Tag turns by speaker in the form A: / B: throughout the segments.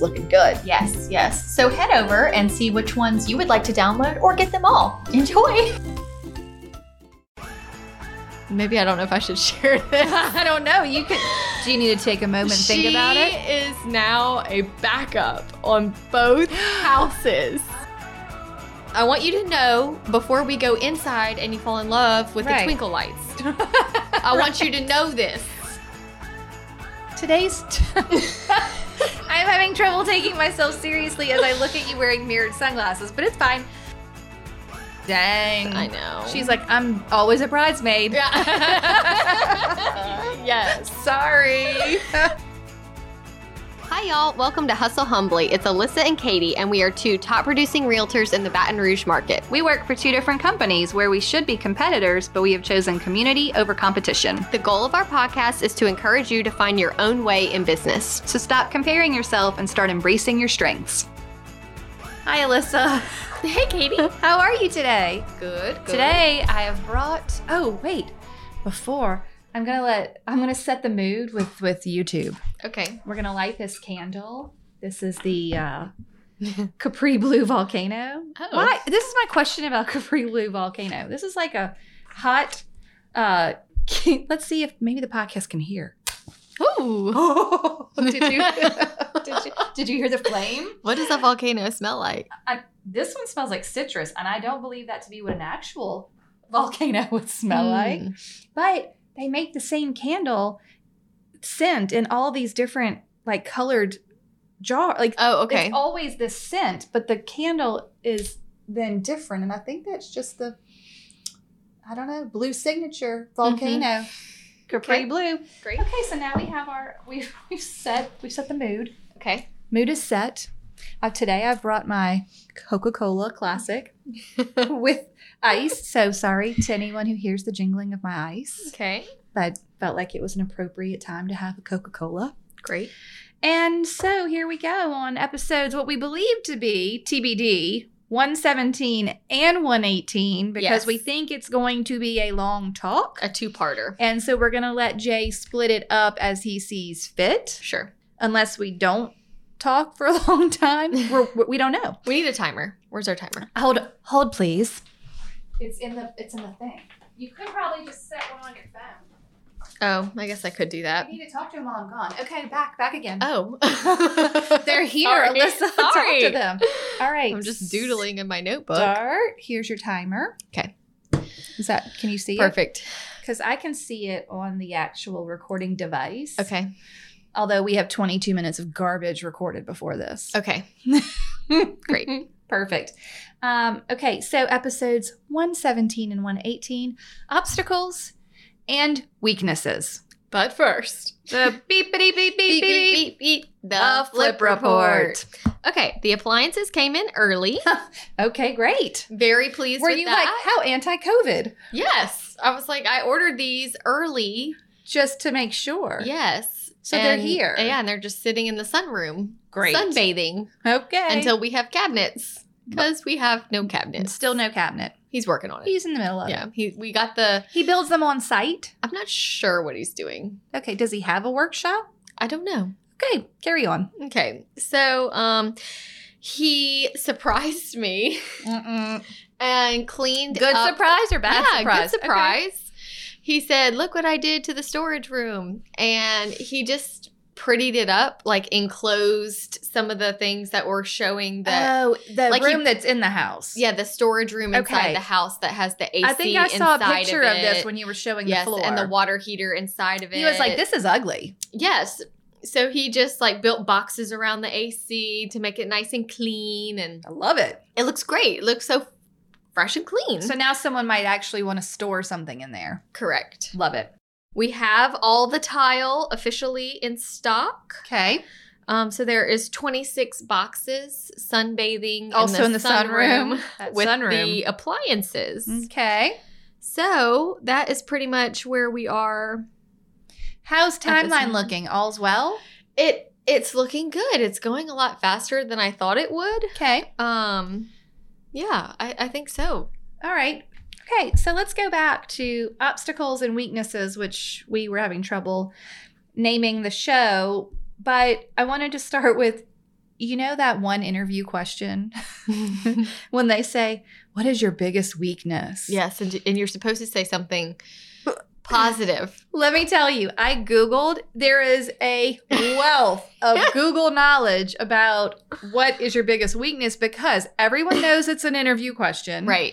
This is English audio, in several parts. A: looking good.
B: Yes, yes. So head over and see which ones you would like to download or get them all. Enjoy.
C: Maybe I don't know if I should share this.
D: I don't know. You could. Do you need to take a moment and think about
C: She
D: it?
C: is now a backup on both houses. I want you to know before we go inside and you fall in love with the
D: Right.
C: twinkle lights. I want you to know this.
D: Today's. T- I'm having trouble taking myself seriously as I look at you wearing mirrored sunglasses, but it's fine. Dang.
C: I know.
D: She's like, I'm always a bridesmaid.
C: Yeah. yes.
D: Sorry.
C: Hi, y'all. Welcome to Hustle Humbly. It's Alyssa and Katie, and we are two top producing realtors in the Baton Rouge market.
D: we work for two different companies where we should be competitors, but we have chosen community over competition.
C: The goal of our podcast is to encourage you to find your own way in business.
D: So stop comparing yourself and start embracing your strengths. Hi, Alyssa.
C: Hey, Katie.
D: How are you today?
C: Good. good.
D: Today I have brought. Oh wait, before I'm gonna let I'm gonna set the mood with with YouTube.
C: Okay.
D: We're gonna light this candle. This is the uh, Capri Blue volcano.
C: Oh.
D: Why? This is my question about Capri Blue volcano. This is like a hot. Uh, let's see if maybe the podcast can hear.
C: Ooh.
D: Oh, did you, did you did you hear the flame?
C: What does a volcano smell like?
D: This one smells like citrus, and I don't believe that to be what an actual volcano would smell like.
C: Hmm.
D: but they make the same candle scent in all these different like colored jar like
C: Oh, okay.
D: it's always the scent but the candle is then different and i think that's just the i don't know blue signature volcano capri
C: Okay.
D: blue
C: Great.
D: okay so now we have our we've we've set we've set the mood
C: Okay.
D: mood is set uh, today i've brought my coca-cola classic with ice so sorry to anyone who hears the jingling of my ice
C: Okay.
D: but felt like it was an appropriate time to have a Coca Cola.
C: Great.
D: And so here we go on episodes what we believe to be TBD 117 and 118 because
C: Yes.
D: we think it's going to be a long talk.
C: A two-parter.
D: And so we're going to let Jay split it up as he sees fit,
C: Sure.
D: unless we don't talk for a long time. We're, we don't know.
C: We need a timer. Where's our timer?
D: Hold, hold, please. It's in the it's in the thing. You could probably just set one on your phone.
C: Oh, I guess I could do that.
D: You need to talk to him while I'm gone. Okay, back back again.
C: Oh.
D: They're here,
C: Sorry.
D: Alyssa.
C: Sorry.
D: Talk to them. All right.
C: I'm just doodling in my notebook.
D: Start. Here's your timer.
C: Okay.
D: Is that? Can you see it?
C: Perfect.
D: Because I can see it on the actual recording device.
C: Okay.
D: Although we have 22 minutes of garbage recorded before this.
C: Okay. Great.
D: Perfect. Um, okay. So episodes 117 and 118: obstacles and weaknesses.
C: But first,
D: The beepity beep beep beep beep.
C: beep, beep, beep, the flip report. Okay, the appliances came in early.
D: Okay, great.
C: Very pleased
D: Were
C: with
D: you
C: that.
D: like how anti-COVID?
C: yes, I was like, I ordered these early.
D: Just to make sure.
C: Yes,
D: So they're
C: And-
D: here.
C: Yeah, and they're just sitting in the sunroom,
D: Great.
C: sunbathing
D: Okay.
C: until we have cabinets because we have no
D: And
C: cabinets.
D: still no cabinet.
C: he's working on it.
D: He's in the middle of
C: Yeah,
D: it.
C: he, we got the.
D: He builds them on site.
C: I'm not sure what he's doing.
D: Okay. Does he have a workshop?
C: I don't know.
D: Okay. Carry on.
C: Okay, so um, he surprised me and cleaned
D: Good
C: up
D: surprise or bad
C: Uh, yeah,
D: surprise?
C: good
D: Okay.
C: surprise. He said, "Look what I did to the storage room," and he just prettied it up, like enclosed some of the things that were showing that.
D: Oh, the
C: Like he-
D: room that's in the house.
C: yeah, the storage room inside
D: Okay.
C: the house that has the AC.
D: I think I saw a
C: inside
D: picture
C: of,
D: of, this
C: it.
D: when you were showing
C: yes,
D: the floor.
C: and the water heater inside of it.
D: He was like, "This is ugly."
C: Yes. So he just like built boxes around the AC to make it nice and clean, and
D: I love it.
C: it looks great. It looks so fresh and clean.
D: So now someone might actually want to store something in there.
C: correct.
D: Love it.
C: We have all the tile officially in stock.
D: Okay.
C: Um, so there is 26 boxes, sunbathing,
E: Also in the sunroom.
C: sunroom with
E: With sunroom.
C: the appliances.
D: Mm.
E: okay.
C: So that is pretty much where we are.
E: How's
C: At this
E: timeline
C: moment.
E: looking? All's well.
C: It it's looking good. It's going a lot faster than I thought it would.
E: Okay.
C: Um, yeah, I, I think so.
E: All right.
D: Okay, so let's go back to obstacles and weaknesses, which we were having trouble naming the show. But I wanted to start with you know, that one interview question when they say, What is your biggest weakness?
C: yes, and, and you're supposed to say something positive.
D: Let me tell you, I Googled, there is a wealth of Google knowledge about what is your biggest weakness because everyone knows it's an interview question.
C: right.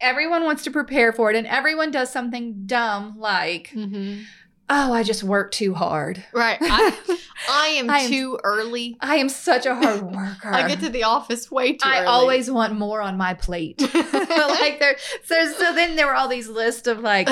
D: Everyone wants to prepare for it and everyone does something dumb like,
C: Mm-hmm.
D: oh, I just work too hard.
C: Right. I,
D: I,
C: I am
D: I am-
C: too early.
D: am such a hard worker.
C: I get to the office way too
D: Uh, I
C: early.
D: always want more on my plate. but like there so so then there were all these lists of like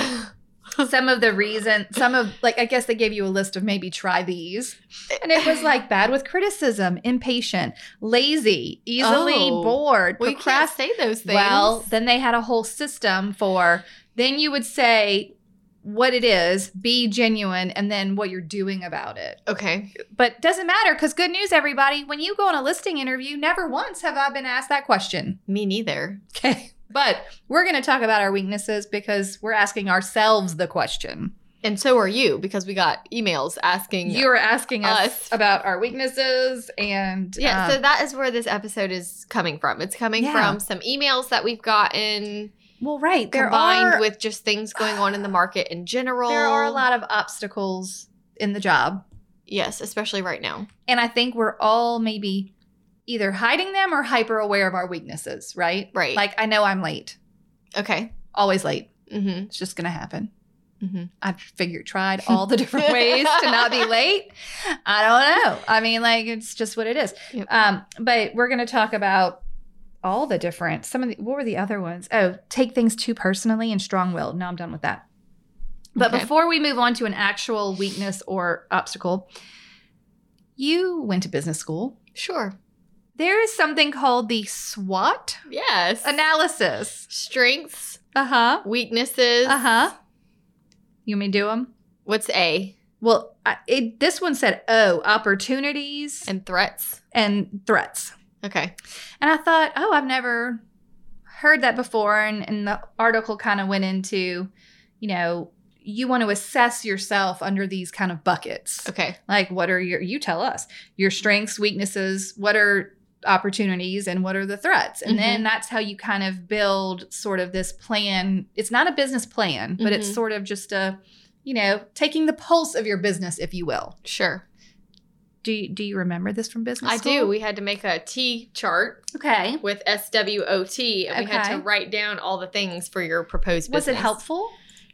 D: some of the reason some of like i guess they gave you a list of maybe try these and it was like bad with criticism impatient lazy easily
C: Oh,
D: bored
C: we can't
D: procrast-
C: say those things.
D: well then they had a whole system for then you would say what it is be genuine and then what you're doing about it
C: okay.
D: but doesn't matter because good news everybody when you go on a listing interview never once have i been asked that question
C: Me neither.
D: okay but we're going to talk about our weaknesses because we're asking ourselves the question
C: And so are you because we got emails asking
D: You were asking us,
C: Us.
D: about our weaknesses and
C: Yeah,
D: um,
C: so that is where this episode is coming from. It's coming
D: Yeah.
C: from some emails that we've gotten
D: well, right. There
C: combined
D: are
C: with just things going on in the market in general.
D: there are a lot of obstacles in the job,
C: Yes, especially right now.
D: and I think we're all maybe either hiding them or hyper aware of our weaknesses. Right?
C: Right.
D: Like I know I'm late,
C: okay.
D: always late.
C: Mm-hmm.
D: It's just gonna happen.
C: Mhm.
D: I've figured tried all the different ways to not be late. I don't know. I mean, like it's just what it is.
C: Yep.
D: Um, but we're gonna talk about all the different some of the what were the other ones? Oh, take things too personally and strong willed. No, I'm done with that. But
C: Okay.
D: before we move on to an actual weakness or obstacle, you went to business school.
C: Sure.
D: There is something called the SWOT
C: Yes.
D: analysis.
C: Strengths,
D: Uh
C: Uh-huh.
D: huh.
C: weaknesses.
D: Uh huh. You want me to do them?
C: What's A?
D: Well, I, it, this one said, oh, opportunities and,
C: And threats.
D: threats.
C: Okay.
D: And I thought, oh, I've never heard that before. And, and the article kind of went into, you know, you want to assess yourself under these kind of buckets.
C: Okay.
D: Like, what are your, you tell us your strengths, weaknesses, what are opportunities, and what are the threats? And then that's how you kind of build sort of this plan. It's not a business plan, but it's
C: Mhm.
D: sort of just a, you know, taking the pulse of your business, if you will.
C: Sure.
D: Do you, do you remember this from business?
C: I
D: school?
C: do. We had to make a T chart
D: Okay.
C: with SWOT and we had to
D: Okay.
C: write down all the things for your proposed
D: Was
C: business.
D: it helpful?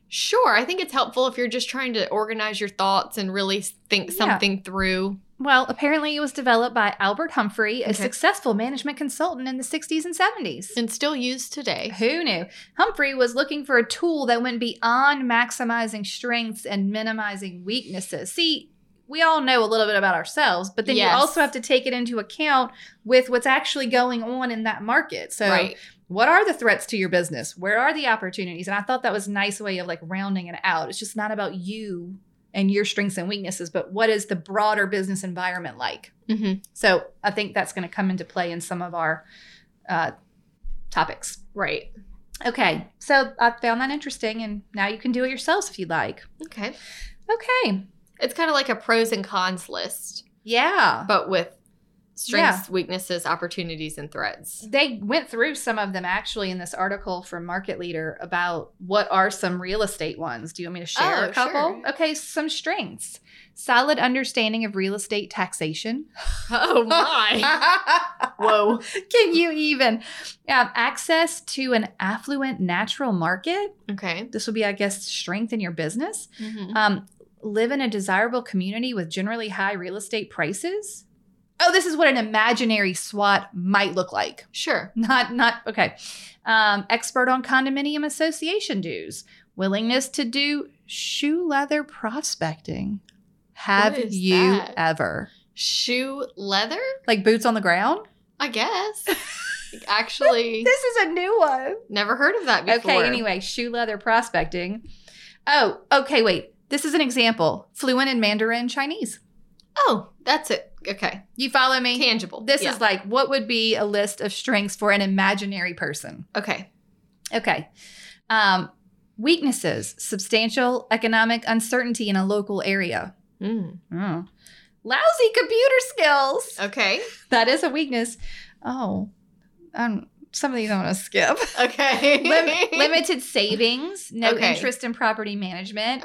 C: Sure. I think it's helpful if you're just trying to organize your thoughts and really think
D: Yeah.
C: something through.
D: Well, apparently it was developed by Albert Humphrey, a
C: Okay.
D: successful management consultant in the 60s and 70s.
C: and still used today.
D: Who knew? Humphrey was looking for a tool that went beyond maximizing strengths and minimizing weaknesses. See, we all know a little bit about ourselves, but then
C: Yes.
D: you also have to take it into account with what's actually going on in that market. So,
C: right.
D: what are the threats to your business? Where are the opportunities? And I thought that was a nice way of like rounding it out. It's just not about you and your strengths and weaknesses, but what is the broader business environment like?
C: hmm
D: So, I think that's going to come into play in some of our uh, topics.
C: Right.
D: Okay, so I found that interesting, and now you can do it yourselves if you'd like.
C: Okay.
D: Okay,
C: It's kind of like a pros and cons list,
D: yeah.
C: but with strengths, weaknesses, opportunities, and threats.
D: They went through some of them actually in this article from Market Leader about what are some real estate ones. Do you want me to share
C: Oh,
D: a couple?
C: sure.
D: Okay, some strengths solid understanding of real estate taxation.
C: Oh my. Whoa.
D: Can you even? Um, access to an affluent natural market.
C: Okay.
D: This would be, I guess, strength in your business. um, live in a desirable community with generally high real estate prices. Oh, this is what an imaginary SWAT might look like.
C: Sure.
D: Not, not okay. Um, expert on condominium association dues, willingness to do shoe leather prospecting. Have
C: What is
D: you
C: that?
D: ever?
C: shoe leather,
D: Like boots on the ground?
C: I guess. Actually,
D: This is a new one.
C: never heard of that before.
D: Okay, anyway, shoe leather prospecting. Oh, okay, wait. This is an example. Fluent in Mandarin Chinese.
C: Oh, that's it. Okay.
D: You follow me?
C: Tangible.
D: This
C: Yeah.
D: is like what would be a list of strengths for an imaginary person.
C: Okay.
D: Okay. Um, weaknesses substantial economic uncertainty in a local area.
C: Mm.
D: Oh. Lousy computer skills.
C: Okay.
D: That is a weakness. Oh, um, some of these I'm going to skip.
C: Okay.
D: Lim- limited savings, no
C: Okay. Oh.
D: interest in property management,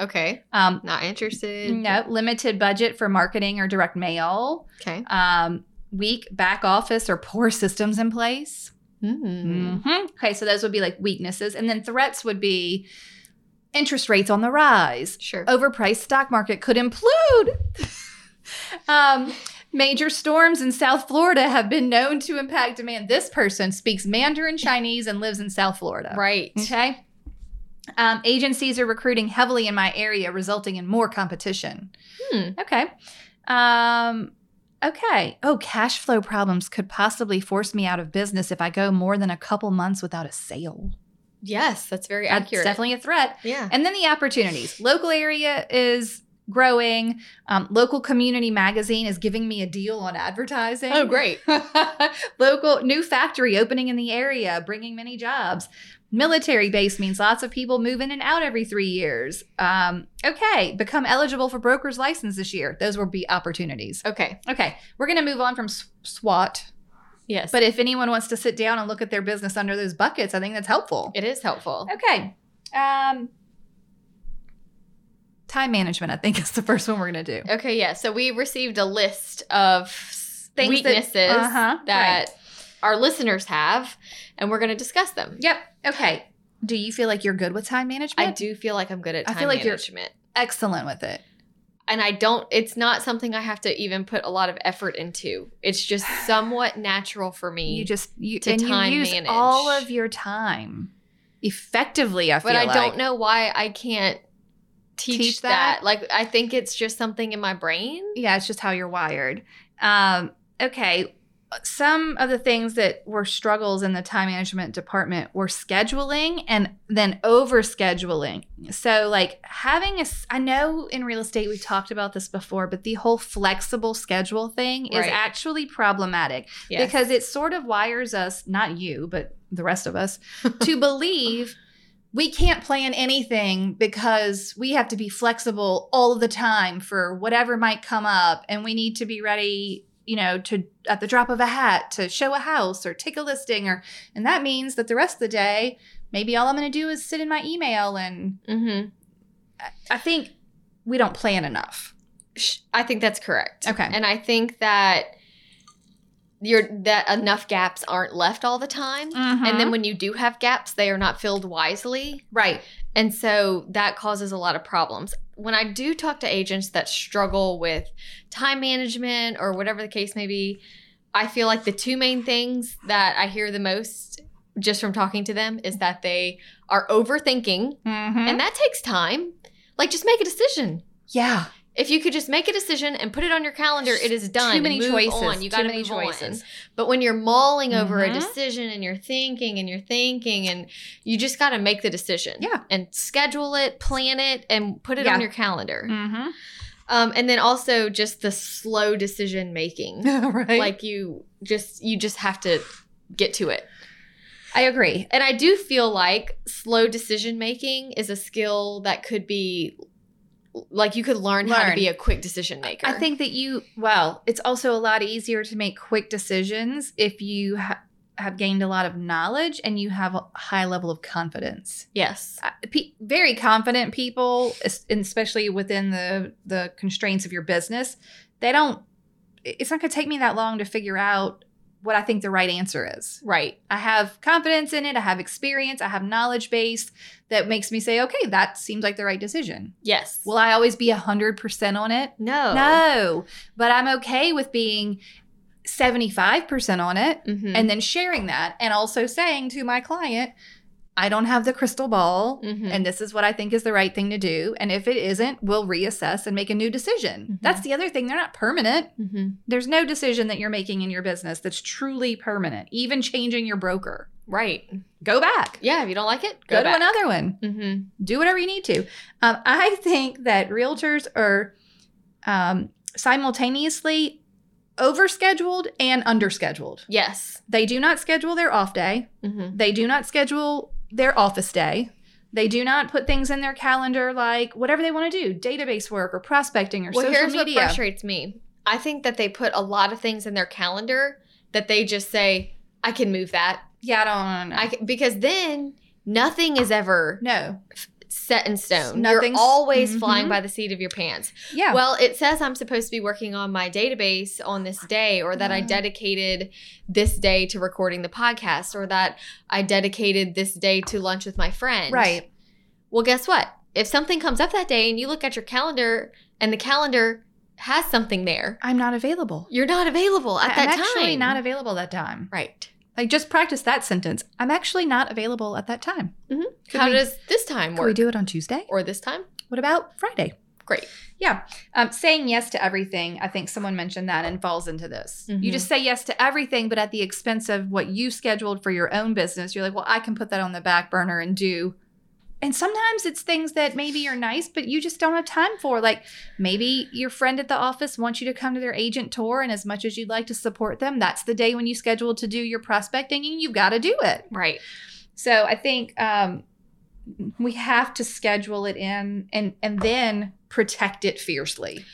C: Okay.
D: um,
C: Not interested.
D: no limited budget for marketing or direct mail,
C: Okay.
D: um, weak back office or poor systems in place.
C: Mm.
D: Mhm. Okay, so those would be like weaknesses. And then threats would be interest rates on the rise,
C: Sure.
D: overpriced stock market could implode. um, major storms in South Florida have been known to impact demand. This person speaks Mandarin Chinese and lives in South Florida.
C: Right.
D: Okay. Um, agencies are recruiting heavily in my area, resulting in more competition.
C: Hmm.
D: Okay. Um, okay. Oh, cash flow problems could possibly force me out of business if I go more than a couple months without a sale.
C: Yes, that's very
D: That's
C: accurate.
D: definitely a threat.
C: yeah.
D: And then the opportunities. Local area is growing. Um, local community magazine is giving me a deal on advertising.
C: Oh, great.
D: Local new factory opening in the area, bringing many jobs. Military base means lots of people move in and out every three years. Um, okay, become eligible for broker's license this year. Those will be opportunities.
C: Okay.
D: Okay, we're going to move on from s- SWAT.
C: Yes.
D: But if anyone wants to sit down and look at their business under those buckets, I think that's helpful.
C: it is helpful.
D: Okay. Um, time management, I think, is the first one we're going to do.
C: Okay, yeah. So we received a list of s-
D: Things that-
C: weaknesses that,
D: Uh-huh,
C: our listeners have, and we're going to discuss them.
D: Yep. Okay. Do you feel like you're good with time management?
C: I do feel like I'm good at
D: I
C: time
D: feel like you're-
C: management.
D: Excellent with it.
C: and I don't, it's not something I have to even put a lot of effort into. It's just somewhat natural for me.
D: You just you
C: to
D: and you
C: time
D: use
C: manage.
D: all of your time effectively. I feel
C: but I
D: like.
C: don't know why I can't teach,
D: Teach
C: that.
D: that?
C: Like, I think it's just something in my brain.
D: Yeah, it's just how you're wired. Um, okay. Some of the things that were struggles in the time management department were scheduling and then over scheduling. So, like having a, s- I know in real estate we've talked about this before, but the whole flexible schedule thing is
C: Right.
D: actually problematic
C: Yes.
D: because it sort of wires us, not you, but the rest of us, to believe we can't plan anything because we have to be flexible all the time for whatever might come up and we need to be ready you know to at the drop of a hat to show a house or take a listing or and that means that the rest of the day maybe all i'm going to do is sit in my email and
C: mm-hmm.
D: i think we don't plan enough
C: I think that's correct.
D: Okay.
C: And I think that you're, that enough gaps aren't left all the time.
D: Uh-huh.
C: And then when you do have gaps, they are not filled wisely.
D: right
C: And so that causes a lot of problems. When I do talk to agents that struggle with time management or whatever the case may be, I feel like the two main things that I hear the most just from talking to them is that they are overthinking,
D: Mm-hmm.
C: and that takes time. Like, just make a decision.
D: yeah
C: If you could just make a decision and put it on your calendar, it is done.
D: too many
C: Move
D: choices
C: on. You got
D: too
C: to
D: many
C: move on.
D: choices
C: But when you're mulling over
D: Mhm.
C: a decision and you're thinking and you're thinking and you just got to make the decision.
D: Yeah.
C: And schedule it, plan it, and put it
D: Yeah.
C: on your calendar.
D: mm-hmm.
C: Um, and then also just the slow decision making.
D: right
C: like you just you just have to get to it.
D: i agree
C: And I do feel like slow decision making is a skill that could be like you could learn, how to
D: Learn.
C: be a quick decision maker.
D: I think that you, well, it's also a lot easier to make quick decisions if you ha- have gained a lot of knowledge and you have a high level of confidence.
C: yes.
D: Uh, Pe- very confident people, es- and especially within the the constraints of your business, they don't. It's not going to take me that long to figure out what I think the right answer is.
C: Right.
D: I have confidence in it. I have experience. I have knowledge base that makes me say, okay, that seems like the right decision.
C: Yes.
D: Will I always be 100% on it?
C: no.
D: No, but I'm okay with being 75% on it
C: Mhm. Mm-hmm.
D: and then sharing that and also saying to my client, I don't have the crystal ball,
C: Mhm.
D: and this is what I think is the right thing to do. And if it isn't, we'll reassess and make a new decision.
C: Mhm.
D: That's the other thing. They're not permanent.
C: Mhm.
D: There's no decision that you're making in your business that's truly permanent, even changing your broker.
C: Right.
D: Go back.
C: Yeah. If you don't like it,
D: Go,
C: go,
D: to
C: back.
D: another one.
C: Mhm.
D: Do whatever you need to. Um, I think that realtors are um, simultaneously overscheduled and underscheduled.
C: Yes.
D: They do not schedule their off day.
C: Mhm.
D: They do not schedule their office day. They do not put things in their calendar like whatever they want to do, database work or prospecting or
C: Well,
D: social
C: here's
D: media.
C: what frustrates me. I think that they put a lot of things in their calendar that they just say, "I can move that."
D: yeah, I don't know.
C: I can, because then nothing is ever
D: no.
C: set in stone.
D: Nothing's-
C: You're always
D: Mhm.
C: flying by the seat of your pants.
D: Yeah.
C: Well, it says I'm supposed to be working on my database on this day, or that I
D: Yeah.
C: dedicated this day to recording the podcast, or that I dedicated this day to lunch with my friend.
D: right.
C: Well, guess what? If something comes up that day and you look at your calendar and the calendar has something there,
D: I'm not available.
C: you're not available at
D: I-
C: that
D: I'm
C: time.
D: actually not available that time.
C: right.
D: Like just practice that sentence. I'm actually not available at that time. Could
C: Mm-hmm. How
D: we-
C: does this time
D: Can we
C: work?
D: do it on Tuesday?
C: or this time?
D: What about Friday?
C: Great.
D: Um, saying yes to everything, I think someone mentioned that and falls into this. You
C: Mhm.
D: just say yes to everything, but at the expense of what you scheduled for your own business, you're like, well, I can put that on the back burner and do. And sometimes it's things that maybe are nice, but you just don't have time for. Like maybe your friend at the office wants you to come to their agent tour, and as much as you'd like to support them, that's the day when you schedule to do your prospecting, and you've got to do it.
C: Right.
D: So I think um, we have to schedule it in and and then protect it fiercely.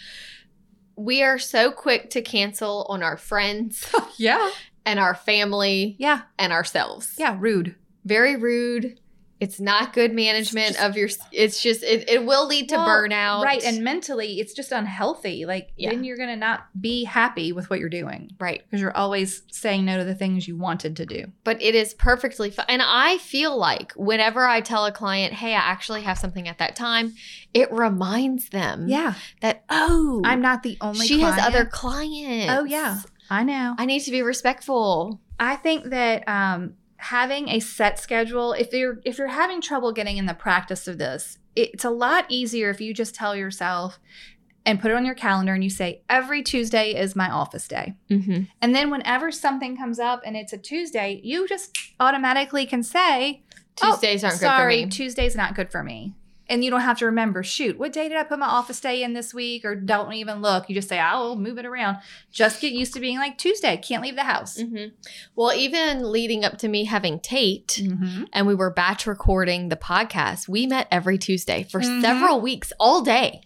C: We are so quick to cancel on our friends
D: Yeah.
C: and our family
D: Yeah.
C: and ourselves.
D: Yeah. Rude.
C: Very rude. It's not good management of your it's just it, it will lead to
D: Well,
C: burnout.
D: Right. And mentally, it's just unhealthy. Like
C: Yeah.
D: then you're gonna not be happy with what you're doing
C: right.
D: because you're always saying no to the things you wanted to do.
C: But it is perfectly fine. And I feel like whenever I tell a client, "Hey, I actually have something at that time," it reminds them
D: Yeah.
C: that oh,
D: I'm not the only.
C: she has
D: client.
C: other clients.
D: Oh yeah. I know.
C: I need to be respectful.
D: I think that um, having a set schedule, if you're if you're having trouble getting in the practice of this, it's a lot easier if you just tell yourself and put it on your calendar and you say every Tuesday is my office day.
C: Mm-hmm.
D: And then whenever something comes up and it's a Tuesday, you just automatically can say, Oh,
C: Tuesdays aren't
D: "Sorry,
C: good for me.
D: Tuesday's not good for me." And you don't have to remember, shoot, what day did I put my office day in this week? Or don't even look. You just say, I'll move it around. Just get used to being like Tuesday, can't leave the house.
C: Mhm. Well, even leading up to me having Tate,
D: Mm-hmm.
C: and we were batch recording the podcast. We met every Tuesday for
D: Mhm.
C: several weeks, all day.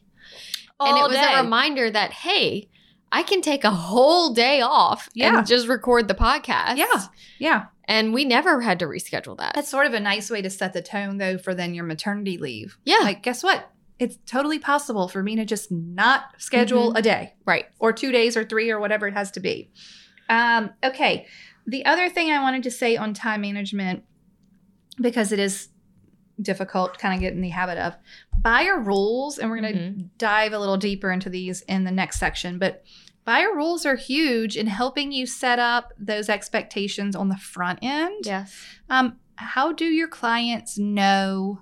C: and it was
D: day.
C: a reminder that, hey, I can take a whole day off
D: Yeah.
C: and just record the podcast.
D: Yeah. Yeah.
C: And we never had to reschedule that.
D: That's sort of a nice way to set the tone, though, for then your maternity leave.
C: yeah.
D: Like, guess what? It's totally possible for me to just not schedule a day.
C: Right.
D: Or two days or three or whatever it has to be. Um, okay. The other thing I wanted to say on time management, because it is difficult to kind of get in the habit of buyer rules, and we're going to dive a little deeper into these in the next section, but buyer rules are huge in helping you set up those expectations on the front end.
C: Yes.
D: Um, how do your clients know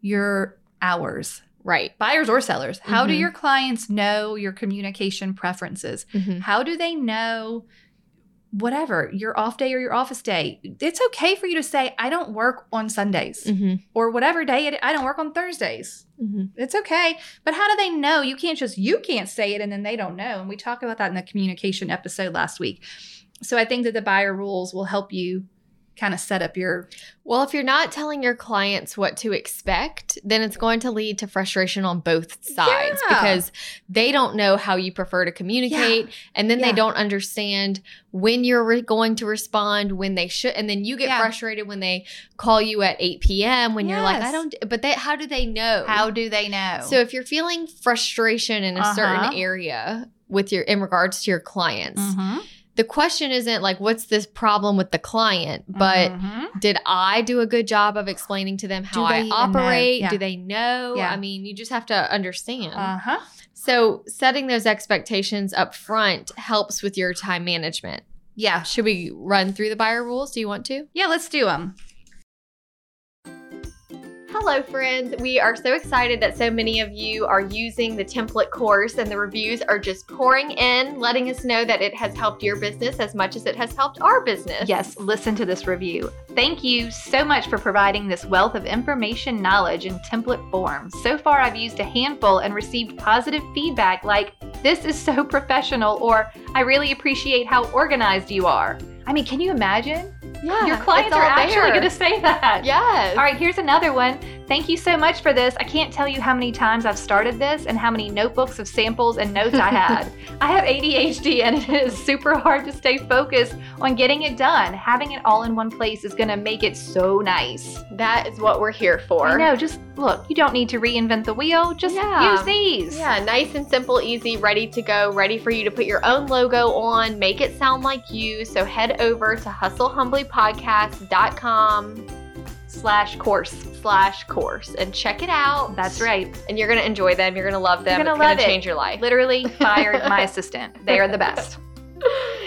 D: your hours?
C: Right.
D: Buyers or sellers, how do
C: Mhm.
D: your clients know your communication preferences?
C: Mhm.
D: How do they know whatever your off day or your office day? It's okay for you to say, I don't work on Sundays
C: Mhm.
D: or whatever day it, I don't work on Thursdays.
C: Mhm.
D: It's okay. But how do they know? You can't just, you can't say it and then they don't know. And we talked about that in the communication episode last week. So I think that the buyer rules will help you kind of set up your
C: Well, if you're not telling your clients what to expect, then it's going to lead to frustration on both sides
D: Yeah.
C: because they don't know how you prefer to communicate and then
D: Yeah.
C: they don't understand when you're re- going to respond, when they should and then you get
D: Yeah.
C: frustrated when they call you at 8 p.m. when you're like,
D: Yes.
C: I don't but they how do they know?
D: do they know?
C: so if you're feeling frustration in a
D: Uh-huh. Mm-hmm.
C: certain area with your in regards to your clients, the question isn't like what's this problem with the client, but did I do a good job of explaining to them how
D: Do they
C: I
D: even know?
C: operate?
D: Yeah.
C: Do they know?
D: Yeah.
C: I mean, you just have to understand.
B: Uh,
D: uh-huh.
C: so, setting those expectations up front helps with your time management.
D: Yeah.
C: Should we run through the buyer rules? Do you want to?
D: Yeah, let's do them.
C: Hello, friends. We are so excited that so many of you are using the template course, and the reviews are just pouring in, letting us know that it has helped your business as much as it has helped our business.
B: Yes, listen to this review. Thank you so much for providing this wealth of information, knowledge, in template form. So far, I've used a handful and received positive feedback like, this is so professional, or I really appreciate how organized you are. I mean, can you imagine?
C: Yeah.
B: Your clients
C: it's
B: are
C: all
B: actually
C: there.
B: going to say that.
C: Yes.
B: All right, here's another one. Thank you so much for this. I can't tell you how many times I've started this and how many notebooks of samples and notes I had. I have ADHD and it is super hard to stay focused on getting it done. Having it all in one place is going to make it so nice.
C: That is what we're here for.
B: I know, just look, you don't need to reinvent the wheel. Just
C: Yeah.
B: use these.
C: Yeah, nice and simple, easy, ready to go, ready for you to put your own logo on, make it sound like you. So head over to hustlehumblypodcast.com slash course slash course and check it out.
B: That's right.
C: And you're gonna enjoy them. You're gonna love them.
B: You're gonna
C: it's
B: love
C: gonna
B: it.
C: change your life.
B: Literally fired my assistant. They are the best.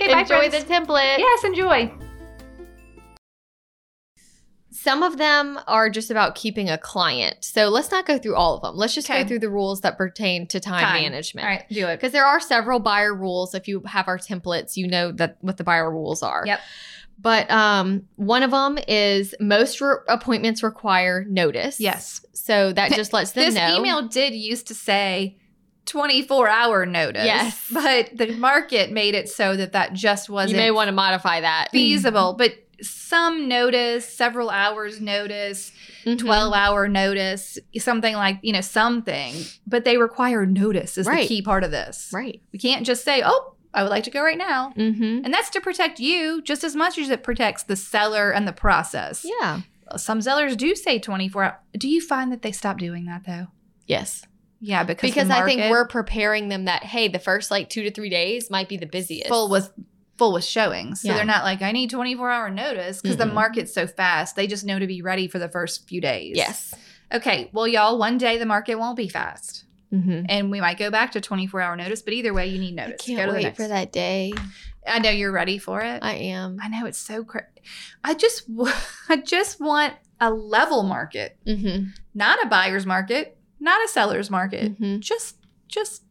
B: Okay, bye,
C: enjoy
B: friends.
C: the template.
B: Yes, enjoy.
C: Some of them are just about keeping a client. So let's not go through all of them. Let's just
D: Okay.
C: go through the rules that pertain to time,
D: Time.
C: management.
D: All right, do it.
C: Because there are several buyer rules. If you have our templates, you know that what the buyer rules are.
D: Yep.
C: But um, one of them is most re- appointments require notice.
D: Yes.
C: So that just lets them
D: This
C: know.
D: email did used to say 24 hour notice.
C: Yes.
D: But the market made it so that that just wasn't
C: you may want to modify that.
D: feasible. But some notice, several hours notice,
C: Mhm.
D: 12 hour notice, something like, you know, something. But they require notice is the
C: Right.
D: key part of this.
C: Right.
D: We can't just say, oh, I would like to go right now.
C: Mm-hmm.
D: And that's to protect you just as much as it protects the seller and the process.
C: Yeah.
D: Some sellers do say 24 hours. Do you find that they stop doing that though?
C: Yes.
D: Yeah, because the
C: Because I think
D: market-
C: we're preparing them that, hey, the first like two to three days might be the busiest.
D: full with full with showings. So
C: Yeah. Mm-hmm.
D: they're not like I need 24 hour notice because the
C: Mm-mm.
D: market's so fast. They just know to be ready for the first few days.
C: Yes.
D: Okay. Well, y'all, one day the market won't be fast,
C: Mm-hmm.
D: and we might go back to 24 hour notice. But either way, you need notice. Go to the next.
C: that day.
D: I know you're ready for it. I,
C: I am.
D: know it's so crazy. I just w- I just want a level market,
C: Mm-hmm.
D: not a buyer's market, not a seller's market.
C: Mm-hmm.
D: Just just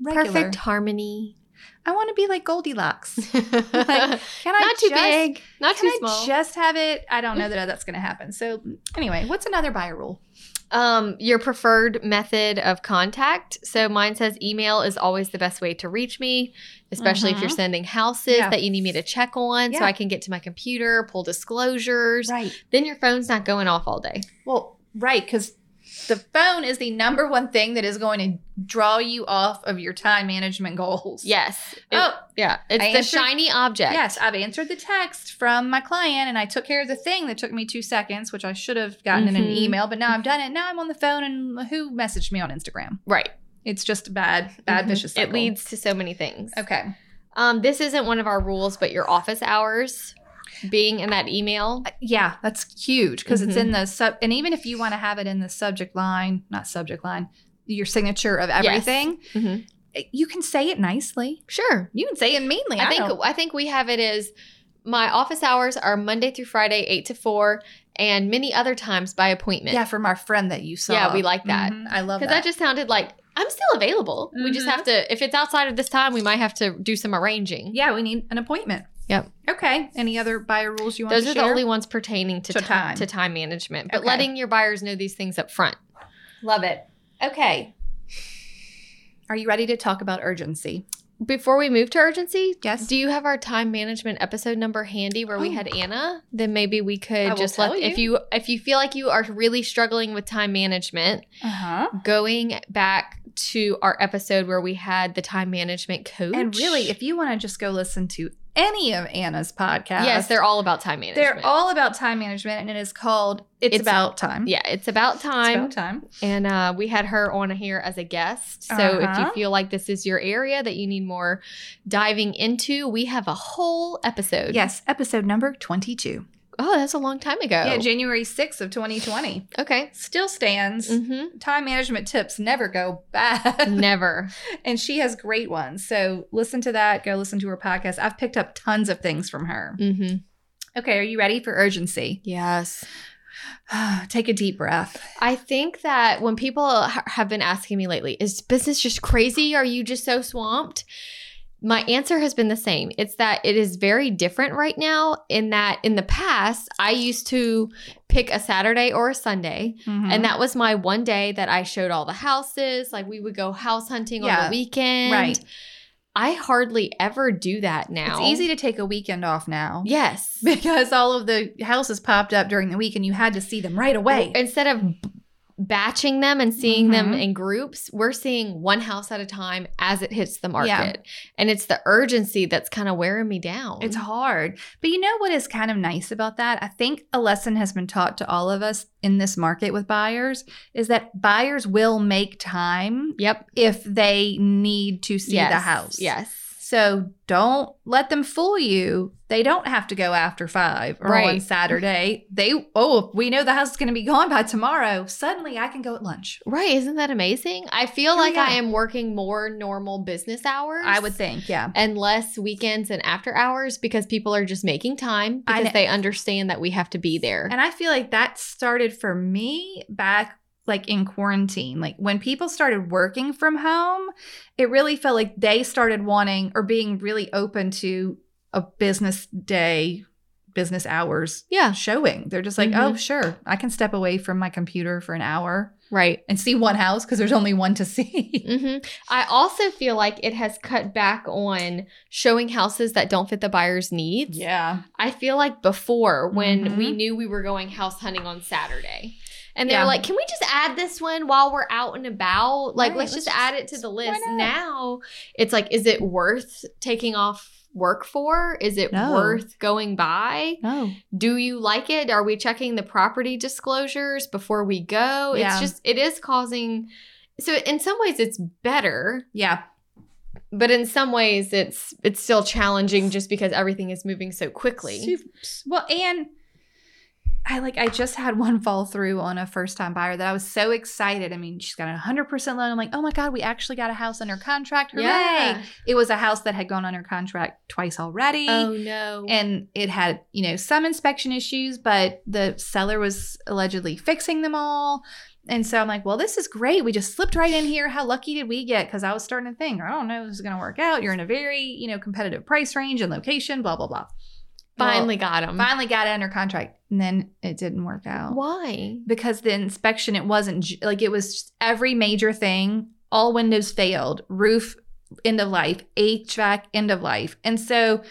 D: regular.
C: Perfect harmony.
D: I want to be like Goldilocks.
C: not
D: Can I
C: too
D: just-
C: big, not
D: Can
C: too small. Mm.
D: I just have it? I don't know that that's going to happen. So anyway, what's another buy rule?
C: um, your preferred method of contact. So mine says email is always the best way to reach me, especially if you're sending houses
D: Yeah.
C: that you need me to check on so
D: Mm-hmm. Yeah.
C: I can get to my computer, pull disclosures.
D: Right.
C: Then your phone's not going off all day.
D: Well, right, because the phone is the number one thing that is going to draw you off of your time management goals.
C: Yes. It-
D: Oh,
C: yeah. It's
D: I
C: the
D: answered-
C: shiny object.
D: yes. I've answered the text from my client and I took care of the thing that took me two seconds, which I should have gotten in an
C: Mhm.
D: email, but now I've done it. Now I'm on the phone and who messaged me on Instagram?
C: Right.
D: It's just a bad, bad
C: Mhm.
D: vicious cycle.
C: It leads to so many things.
D: Okay.
C: Um, this isn't one of our rules, but your office hours being in that email.
D: yeah that's huge because it's in
C: Mm-hmm.
D: the sub and even if you want to have it in the subject line not subject line your signature of everything eh,
C: Mhm.
D: you can say it nicely
C: Sure.
D: you can say it meanly
C: I,
D: i,
C: think
D: don't-
C: I think we have it as my office hours are Monday through Friday, eight to four, and many other times by appointment.
D: yeah from our friend that you saw
C: Yeah, we like that.
D: Mhm, i love
C: because
D: that
C: that just sounded like I'm still available. We just
D: Mhm.
C: have to. If it's outside of this time, we might have to do some arranging.
D: yeah we need an appointment
C: Yep.
D: okay any other buyer rules you want
C: Those
D: to
C: are
D: share?
C: the only ones pertaining to,
D: To
C: ti-
D: time.
C: to time management, but
D: Okay.
C: letting your buyers know these things up front.
D: love it okay are you ready to talk about urgency
C: Before we move to urgency,
D: Yes.
C: do you have our time management episode number handy where we
D: Oh.
C: had Anna? Then maybe we
D: I
C: could
D: will
C: just
D: tell
C: let if you if you feel like you are really struggling with time management,
D: uh-huh
C: going back to our episode where we had the time management coach.
D: and really if you want to just go listen to any of anna's podcasts
C: yes, they're all about time management.
D: They're all about time management, and it is called "It's,
C: It's-
D: About Time."
C: yeah, it's about
D: It's
C: time.
D: about time.
C: And uh, we had her on here as a guest. So if
D: Uh-huh.
C: you feel like this is your area that you need more diving into, we have a whole episode.
D: Uh, Yes, episode number twenty-two.
C: Oh, that's a long time ago.
D: Yeah, January sixth of twenty twenty
C: okay.
D: still stands.
C: hmm
D: Time management tips never go bad,
C: Never.
D: and she has great ones. So listen to that. Go listen to her podcast. I've picked up tons of things from her.
C: hmm
D: Okay, are you ready for urgency?
C: Yes.
D: Take a deep breath.
C: I think that when people ha- have been asking me lately, is business just crazy? Are you just so swamped? My answer has been the same. It's that it is very different right now, in that in the past, I used to pick a Saturday or a Sunday,
D: Mm-hmm.
C: and that was my one day that I showed all the houses. Like we would go house hunting on
D: Yeah.
C: the weekend.
D: Right.
C: I hardly ever do that now.
D: it's easy to take a weekend off now
C: Yes.
D: because all of the houses popped up during the week and you had to see them right away.
C: Instead of b- batching them and seeing them
D: Mhm.
C: in groups, we're seeing one house at a time as it hits the market.
D: Yeah.
C: And it's the urgency that's kind of wearing me down.
D: It's hard. But you know what is kind of nice about that? I think a lesson has been taught to all of us in this market with buyers is that buyers will make time
C: Yep.
D: if they need to see the
C: Yes.
D: house.
C: Yes.
D: So don't let them fool you. They don't have to go after five or on
C: Right.
D: Saturday. They, oh, we know the house is going to be gone by tomorrow. Suddenly I can go at lunch.
C: Right. Isn't that amazing? I feel
D: Here we
C: like I
D: are.
C: am working more normal business hours.
D: Oh, I would think, yeah.
C: And less weekends and after hours because people are just making time
D: I
C: because
D: kn-
C: they understand that we have to be there.
D: And I feel like that started for me back like in quarantine. Like when people started working from home, it really felt like they started wanting or being really open to a business day, business hours uh,
C: yeah.
D: showing. They're just like,
C: Mhm.
D: oh, sure, I can step away from my computer for an hour
C: Right.
D: and see one house because there's only one to see.
C: hmm I also feel like it has cut back on showing houses that don't fit the buyer's needs.
D: yeah.
C: I feel like before when
D: Mhm.
C: we knew we were going house hunting on Saturday. And they
D: Yeah.
C: were like, can we just add this one while we're out and about? Like,
D: Right,
C: let's,
D: let's
C: just, add it to the list.
D: not?
C: Now it's like, is it worth taking off work for? Is it
D: No.
C: worth going by?
D: No.
C: Do you like it? Are we checking the property disclosures before we go?
D: Yeah.
C: It's just, it is causing. So, in some ways, it's better
D: Yeah.
C: but in some ways it's it's still challenging just because everything is moving so quickly
D: Sup- Well, and I like I just had one fall through on a first time buyer that I was so excited. I mean, she's got a hundred percent loan. I'm like, oh my god, we actually got a house under contract! Hooray!
C: yeah
D: It was a house that had gone under contract twice already.
C: oh no
D: And it had, you know, some inspection issues, but the seller was allegedly fixing them all. And so I'm like, well, this is great. We just slipped right in here. How lucky did we get? Because I was starting to think, I don't know if this is going to work out. You're in a very, you know, competitive price range and location, blah, blah, blah.
C: finally got him
D: Finally got it under contract. And then it didn't work out.
C: why
D: Because the inspection, it wasn't j- like it was just every major thing. All windows failed, roof end of life, HVAC end of life. And so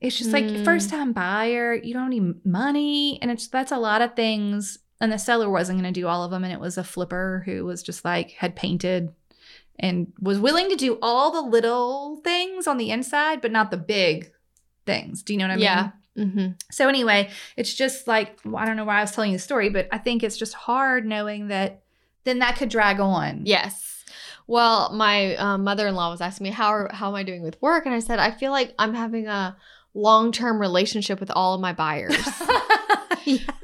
D: it's just like
C: Mm.
D: first time buyer, you don't need money. And it's that's a lot of things. And the seller wasn't going to do all of them. And it was a flipper who was just like had painted and was willing to do all the little things on the inside, but not the big things. Do you know what I mean?
C: Yeah. mm-hmm.
D: So anyway, it's just like well, I don't know why I was telling you the story, but I think it's just hard knowing that then that could drag on.
C: yes well my uh, mother-in-law was asking me how are, how am i doing with work and i said i feel like i'm having a long-term relationship with all of my buyers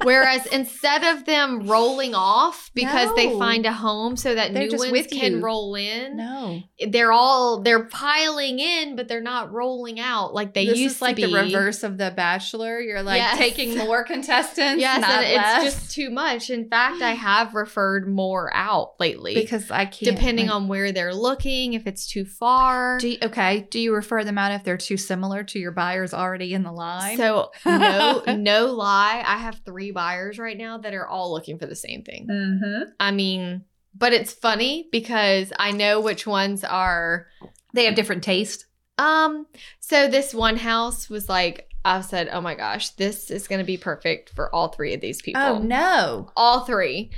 C: whereas instead of them rolling off because they
D: No.
C: find a home so that
D: They're
C: new
D: just
C: ones
D: with
C: can
D: you.
C: roll in
D: no,
C: they're all they're piling in, but they're not rolling out like they
D: this
C: used
D: is like
C: to be.
D: the reverse of the Bachelor. You're like
C: Yes.
D: taking more contestants,
C: Yes,
D: not
C: and
D: less.
C: it's just too much. In fact, I have referred more out lately
D: because I can't.
C: depending
D: like-
C: on where they're looking, if it's too far.
D: do you, okay, do you refer them out if they're too similar to your buyers already in the line?
C: so no, no lie, I have three buyers right now that are all looking for the same thing.
D: Mhm.
C: I mean, but it's funny because I know which ones are
D: they have different taste.
C: Um, so this one house was like, I said, oh my gosh, this is going to be perfect for all three of these people.
D: Oh no!
C: All three.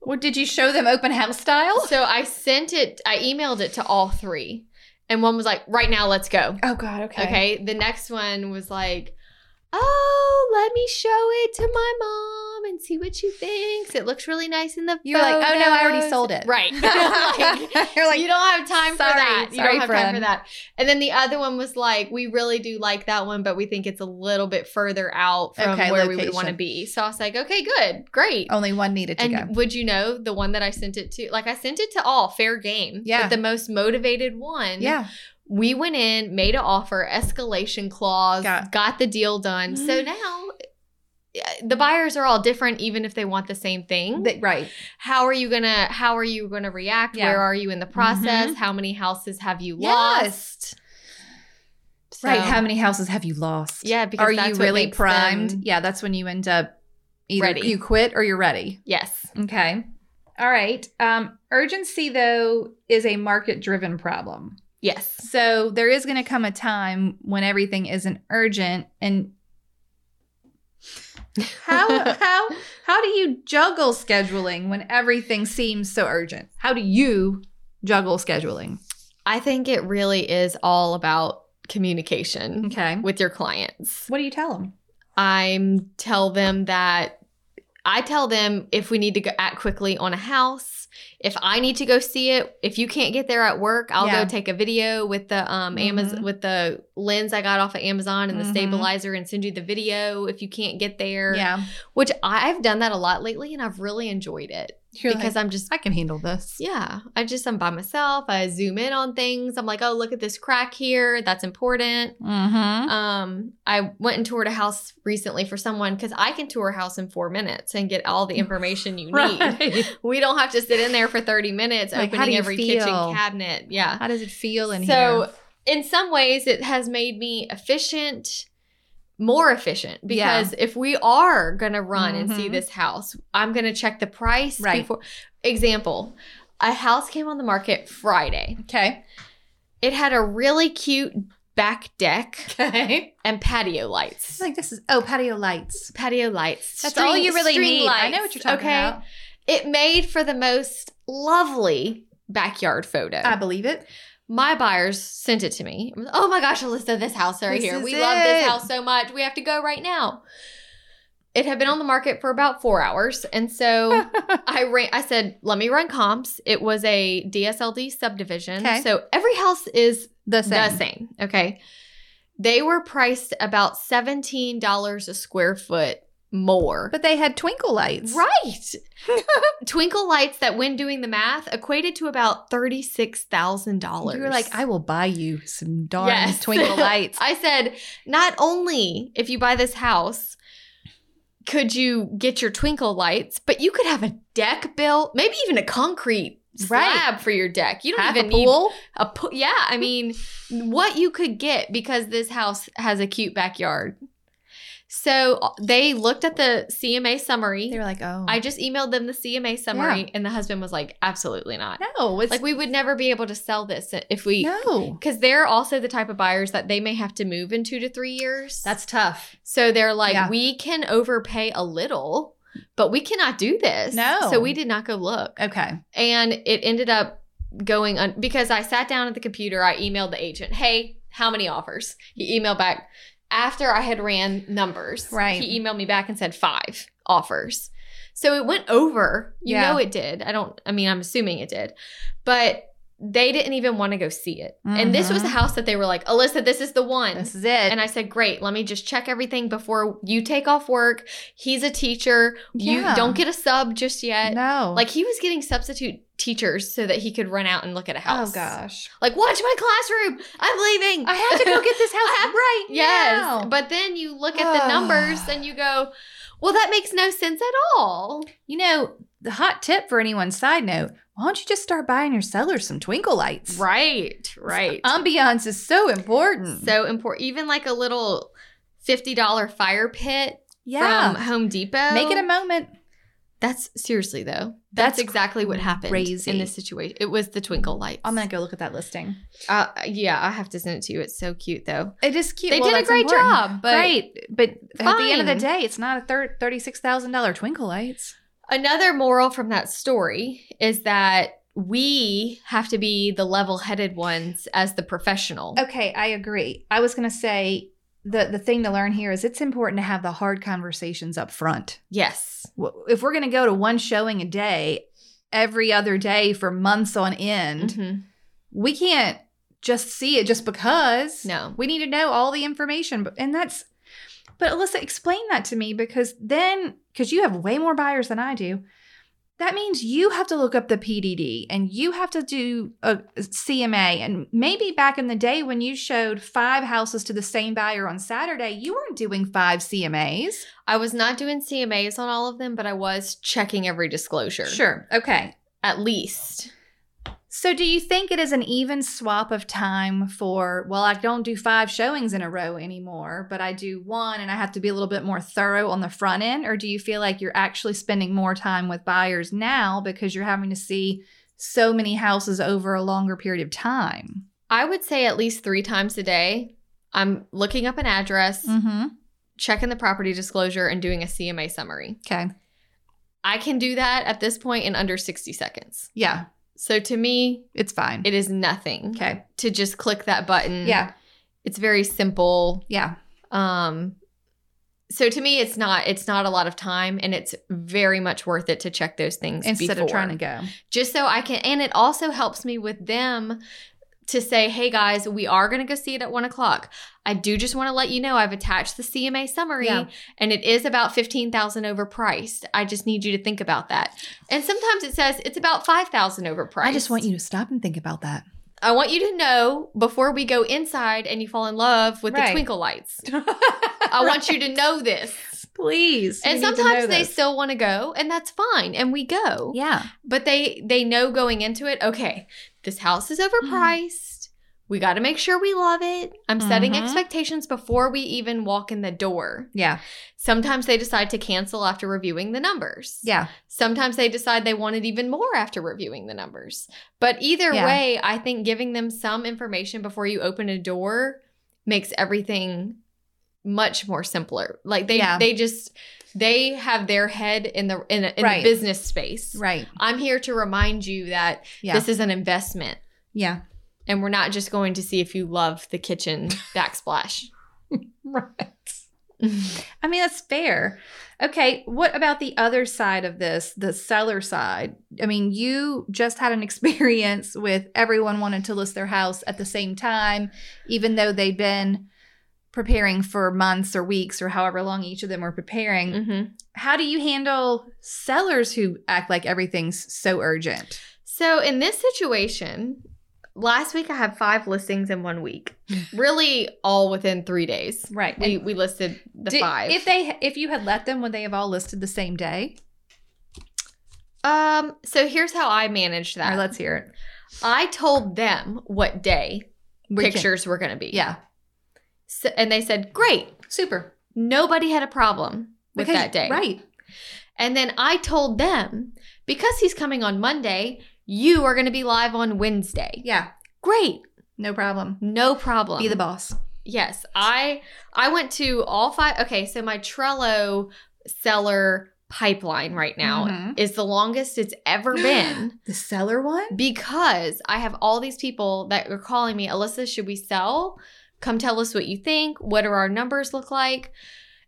D: Well, did you show them open house style?
C: So I sent it, I emailed it to all three. And one was like, right now, let's go.
D: Oh god,
C: Okay. The next one was like, oh, let me show it to my mom and see what she thinks. It looks really nice in the
D: You're like, oh no, I already
C: photos."
D: sold it.
C: Right. Like,
D: You're like,
C: you don't have time for
D: sorry,
C: that. You
D: sorry,
C: don't have time for
D: friend.
C: that. And then the other one was like, we really do like that one, but we think it's a little bit further out from
D: Okay,
C: where we would want to
D: location.
C: be. So I was like, okay, good, great.
D: only one needed to
C: and
D: go.
C: would you know the one that I sent it to? Like I sent it to all, fair game.
D: Yeah.
C: But the most motivated one.
D: Yeah.
C: We went in, made an offer, escalation clause,
D: Got-
C: got, the deal done. So now eh, the buyers are all different, even if they want the same thing.
D: That- right.
C: how are you gonna How are you gonna react?
D: Yeah. Mm-hmm.
C: Where are you in the process? How many houses have you lost?
D: Right.
C: So-
D: How many houses have you lost?
C: yeah, because
D: Are
C: that's
D: you
C: what
D: really
C: makes
D: primed?
C: them-
D: Yeah, that's when you end up either
C: Ready.
D: you quit or you're ready.
C: yes.
D: Okay. All right. Um, urgency though is a market driven problem.
C: Yes.
D: So there is going to come a time when everything isn't urgent and how how how do you juggle scheduling when everything seems so urgent? How do you juggle scheduling?
C: I think it really is all about communication
D: Okay.
C: with your clients.
D: What do you tell them?
C: I tell them that I tell them if we need to go act quickly on a house, if I need to go see it, if you can't get there at work, I'll
D: Yeah. Mm-hmm.
C: go take a video with the um Amazon with the lens I got off of Amazon and the
D: Mhm.
C: stabilizer and send you the video if you can't get there.
D: Yeah.
C: Which I- I've done that a lot lately and I've really enjoyed it
D: You're
C: because I'm just
D: I can handle this.
C: yeah, I just I'm by myself. I zoom in on things. I'm like, oh, look at this crack here. That's important.
D: Mhm.
C: Um, I went and toured a house recently for someone because I can tour a house in four minutes and get all the information you need.
D: Right.
C: We don't have to sit in there for 30 minutes
D: Like, how do
C: opening
D: you
C: every
D: feel?
C: kitchen cabinet. Yeah.
D: How does it feel in
C: so
D: here?
C: in some ways it has made me efficient, more efficient.
D: Yeah.
C: Because if we are gonna run and see
D: Mhm.
C: this house, I'm gonna check the price
D: Right.
C: before example. A house came on the market Friday.
D: Okay.
C: It had a really cute back deck
D: Okay.
C: and patio lights.
D: It's like this is oh patio lights.
C: patio lights.
D: That's
C: string-
D: all you really
C: string
D: need. I know what you're
C: lights,
D: talking about.
C: It made for the most lovely backyard photo.
D: I believe it.
C: my buyers sent it to me. I was, oh my gosh, Alyssa, this house right
D: This
C: here.
D: is
C: We love this
D: it."
C: house so much. We have to go right now. It had been on the market for about four hours, and so I ran. I said, "Let me run comps." It was a DSLD subdivision,
D: Okay.
C: so every house is
D: The same.
C: the same. Okay. They were priced about $17 a square foot more.
D: But they had twinkle lights.
C: right. Twinkle lights that, when doing the math, equated to about $36,000.
D: You were like, I will buy you some darn
C: Yes.
D: twinkle lights.
C: I said, not only if you buy this house, could you get your twinkle lights, but you could have a deck built, maybe even a concrete
D: Right.
C: slab for your deck. You don't
D: Have
C: even
D: a
C: need
D: pool.
C: a po- yeah, I mean, what you could get because this house has a cute backyard. So uh, they looked at the CMA summary.
D: They were like, oh,
C: I just emailed them the CMA summary, and the husband was like, "Absolutely not.
D: no, it's
C: Like, we would never be able to sell this if we."
D: no.
C: Because they're also the type of buyers that they may have to move in two to three years.
D: tough.
C: so they're like,
D: Yeah.
C: we can overpay a little, but we cannot do this.
D: No.
C: So we did not go look
D: Okay.
C: and it ended up going on because I sat down at the computer. I emailed the agent, "Hey, how many offers?" He emailed back after I had ran numbers.
D: Right.
C: He emailed me back and said five offers. So it went over. You
D: Yeah.
C: know it did. I don't. I mean, I'm assuming it did, but they didn't even want to go see it. And this was
D: Mhm.
C: the house that they were like, "Alyssa, this is the one."
D: This is it.
C: and I said, "Great, let me just check everything before you take off work. He's a teacher.
D: Yeah.
C: You don't get a sub just yet.
D: no.
C: Like he was getting substitute teachers so that he could run out and look at a house.
D: oh gosh.
C: Like watch my classroom. I'm leaving.
D: I have to go get this house
C: I have-
D: right.
C: yes.
D: now.
C: But then you look at the numbers and you go, well, that makes no sense at all.
D: you know, the hot tip for anyone's side note why don't you just start buying your sellers some twinkle lights?
C: Right. Right. Hmm.
D: Ambiance is so important.
C: um, so important. Even like a little fifty dollar fire pit
D: yeah.
C: from Home Depot.
D: Make it a moment.
C: That's seriously though. That's,
D: That's
C: exactly what happened
D: crazy.
C: in this situation. It was the twinkle lights.
D: I'm going to go look at that listing.
C: Uh, yeah, I have to send it to you. It's so cute though.
D: It is cute.
C: They
D: Well,
C: did a
D: that's
C: great
D: important.
C: job, but
D: Great, but at the end of the
C: Fine.
D: day, it's not a thir- thirty-six thousand dollar twinkle lights.
C: Another moral from that story is that we have to be the level-headed ones as the professional.
D: Okay, I agree. I was gonna say the the thing to learn here is it's important to have the hard conversations up front.
C: Yes.
D: W- If we're gonna go to one showing a day, every other day for months on end,
C: Mhm.
D: we can't just see it just because.
C: No.
D: we need to know all the information, but and that's. But Alyssa, explain that to me because then, because you have way more buyers than I do. that means you have to look up the PDD and you have to do a CMA. And maybe back in the day when you showed five houses to the same buyer on Saturday, you weren't doing five CMAs.
C: I was not doing CMAs on all of them, but I was checking every disclosure.
D: Sure. Okay.
C: At least.
D: So, do you think it is an even swap of time for, well, I don't do five showings in a row anymore, but I do one and I have to be a little bit more thorough on the front end? Or do you feel like you're actually spending more time with buyers now because you're having to see so many houses over a longer period of time?
C: I would say at least three times a day, I'm looking up an address,
D: Mm-hmm.
C: checking the property disclosure, and doing a CMA summary.
D: Okay.
C: I can do that at this point in under 60 seconds.
D: Yeah,
C: So to me,
D: it's fine.
C: it is nothing
D: okay.
C: to just click that button.
D: Yeah.
C: It's very simple.
D: Yeah.
C: Um so to me it's not it's not a lot of time and it's very much worth it to check those things
D: Instead
C: before.
D: of trying to go.
C: just so I can and it also helps me with them to say, hey guys, we are gonna go see it at one o'clock. I do just want to let you know I've attached the CMA summary
D: Yeah.
C: and it is about fifteen thousand overpriced. I just need you to think about that. And sometimes it says it's about five thousand overpriced.
D: I just want you to stop and think about that.
C: I want you to know before we go inside and you fall in love with
D: Right.
C: the twinkle lights. I want you to know this.
D: Please.
C: And
D: we need to know
C: sometimes they
D: this.
C: still want to go, and that's fine, and we go.
D: Yeah.
C: But they they know going into it, okay, this house is
D: Mm-hmm.
C: overpriced. We got to make sure we love it. I'm setting
D: Mhm.
C: expectations before we even walk in the door.
D: Yeah.
C: Sometimes they decide to cancel after reviewing the numbers.
D: Yeah.
C: Sometimes they decide they want it even more after reviewing the numbers. But either
D: Yeah.
C: way, I think giving them some information before you open a door makes everything much more simpler. Like they
D: Yeah.
C: they just they have their head in the in, a, in
D: Right.
C: the business space.
D: Right.
C: I'm here to remind you that
D: Yeah.
C: this is an investment
D: yeah.
C: and we're not just going to see if you love the kitchen backsplash. Mm-hmm.
D: Right. I mean, that's fair. Okay, what about the other side of this, the seller side? I mean, you just had an experience with everyone wanted to list their house at the same time, even though they'd been preparing for months or weeks or however long each of them were preparing.
C: Mhm.
D: How do you handle sellers who act like everything's so urgent?
C: So in this situation, last week I had five listings in one week. really, all within three days.
D: Right.
C: We, we listed the five.
D: If they if you had let them, would they have all listed the same day?
C: um, so here's how I managed
D: Or
C: that.
D: let's hear it.
C: I told them what day
D: We can-
C: pictures were going to be.
D: yeah.
C: So, and they said, "Great."
D: Super.
C: Nobody had a problem with
D: Because-
C: that day.
D: Right.
C: And then I told them because he's coming on Monday, you are going to be live on Wednesday.
D: Yeah.
C: Great.
D: No problem.
C: No problem.
D: Be the boss.
C: Yes, I I went to all five. Okay, so my Trello seller pipeline right now
D: Mhm.
C: is the longest it's ever been
D: The seller one?
C: because I have all these people that are calling me, Alyssa, should we sell? Come tell us what you think. What do our numbers look like?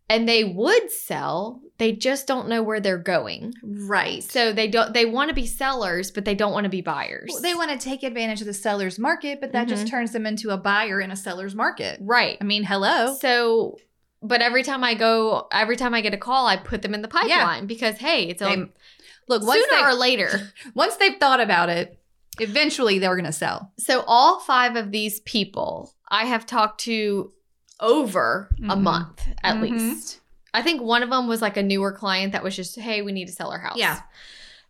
C: And they would sell, they just don't know where they're going.
D: Right.
C: So they don't they want to be sellers, but they don't want to be buyers.
D: Well, they want to take advantage of the seller's market, but that just
C: Mhm.
D: turns them into a buyer in a seller's market.
C: right.
D: I mean,
C: Oh.
D: hello.
C: So, but every time I go, every time I get a call, I put them in the pipeline because hey, it's
D: They-
C: a,
D: Look, once,
C: sooner
D: they,
C: or later.
D: once they've thought about it, eventually they're going to sell.
C: So all five of these people I have talked to over a
D: Mhm.
C: month at
D: Mhm.
C: least. I think one of them was like a newer client that was just hey, we need to sell our house.
D: Yeah.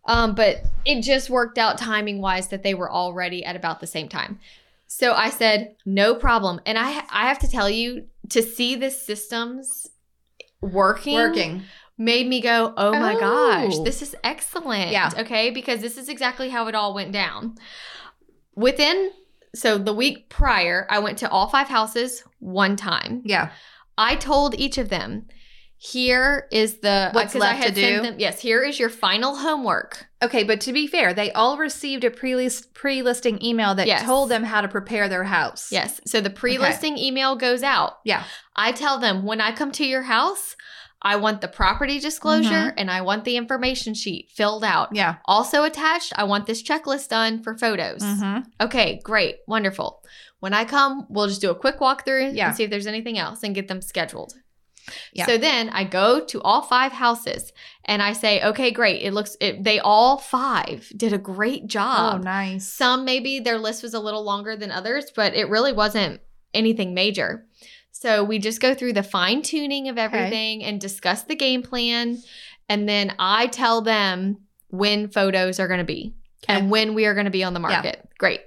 C: Um, but it just worked out timing wise that they were all ready at about the same time. So I said, no problem. And I I have to tell you, to see this systems working
D: Working.
C: made me go, oh my gosh,
D: Oh.
C: this is excellent.
D: Yeah.
C: Okay. Because this is exactly how it all went down. Within, so the week prior, I went to all five houses one time.
D: Yeah.
C: I told each of them, here is the uh,
D: What's
C: 'cause
D: left to do?
C: sent them- yes, here is your final homework.
D: Okay, but to be fair, they all received a pre-list, pre-listing email that
C: Yes.
D: told them how to prepare their house.
C: Yes. So the pre listing email goes out.
D: Yeah.
C: I tell them when I come to your house, I want the property disclosure
D: Mm-hmm.
C: and I want the information sheet filled out.
D: Yeah.
C: Also attached, I want this checklist done for photos.
D: Mhm.
C: Okay, great, wonderful. When I come, we'll just do a quick walkthrough
D: Yeah.
C: and see if there's anything else and get them scheduled.
D: Yeah.
C: So then I go to all five houses and I say, okay, great. It looks, it, they all five did a great job.
D: Oh, nice.
C: Some maybe their list was a little longer than others, but it really wasn't anything major. So we just go through the fine tuning of everything and discuss the game plan. And then I tell them when photos are going to be and when we are going to be on the
D: Yeah.
C: market. Great.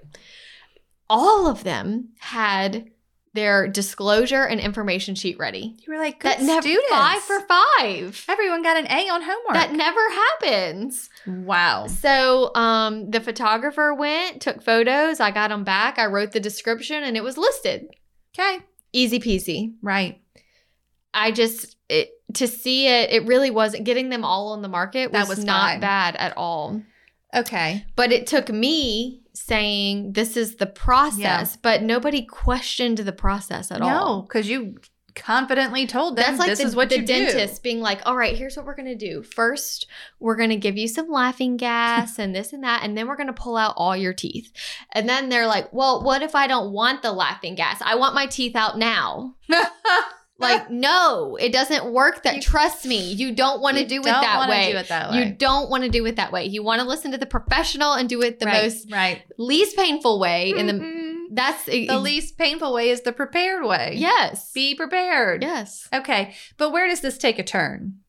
C: All of them had their disclosure and information sheet ready.
D: You were like, good
C: That never
D: students.
C: five for five.
D: Everyone got an A on homework.
C: That never happens.
D: wow.
C: So um, the photographer went, took photos. I got them back. I wrote the description, and it was listed.
D: Okay.
C: Easy peasy.
D: Right.
C: I just it, to see it. It really wasn't getting them all on the market.
D: That
C: Was,
D: was
C: not
D: fine.
C: bad at all.
D: Okay.
C: But it took me saying this is the process. But nobody questioned the process at all.
D: No, because you confidently told them
C: That's like
D: this
C: the,
D: is what
C: the
D: you
C: dentist being like, all right, here's what we're going to do. First, we're going to give you some laughing gas and this and that, and then we're going to pull out all your teeth. And then they're like, well, what if I don't want the laughing gas? I want my teeth out now.
D: do.
C: Like, no, it doesn't work that.
D: You-
C: trust me, you don't want to
D: You
C: do it
D: don't
C: that
D: wanna
C: way.
D: Do it that way.
C: You don't want to do it that way. You want to listen to the professional and do it the
D: right.
C: most
D: right.
C: least painful way. In the
D: Mm-mm.
C: that's e,
D: the least painful way is the prepared way.
C: yes,
D: Be prepared.
C: yes.
D: Okay. But where does this take a turn?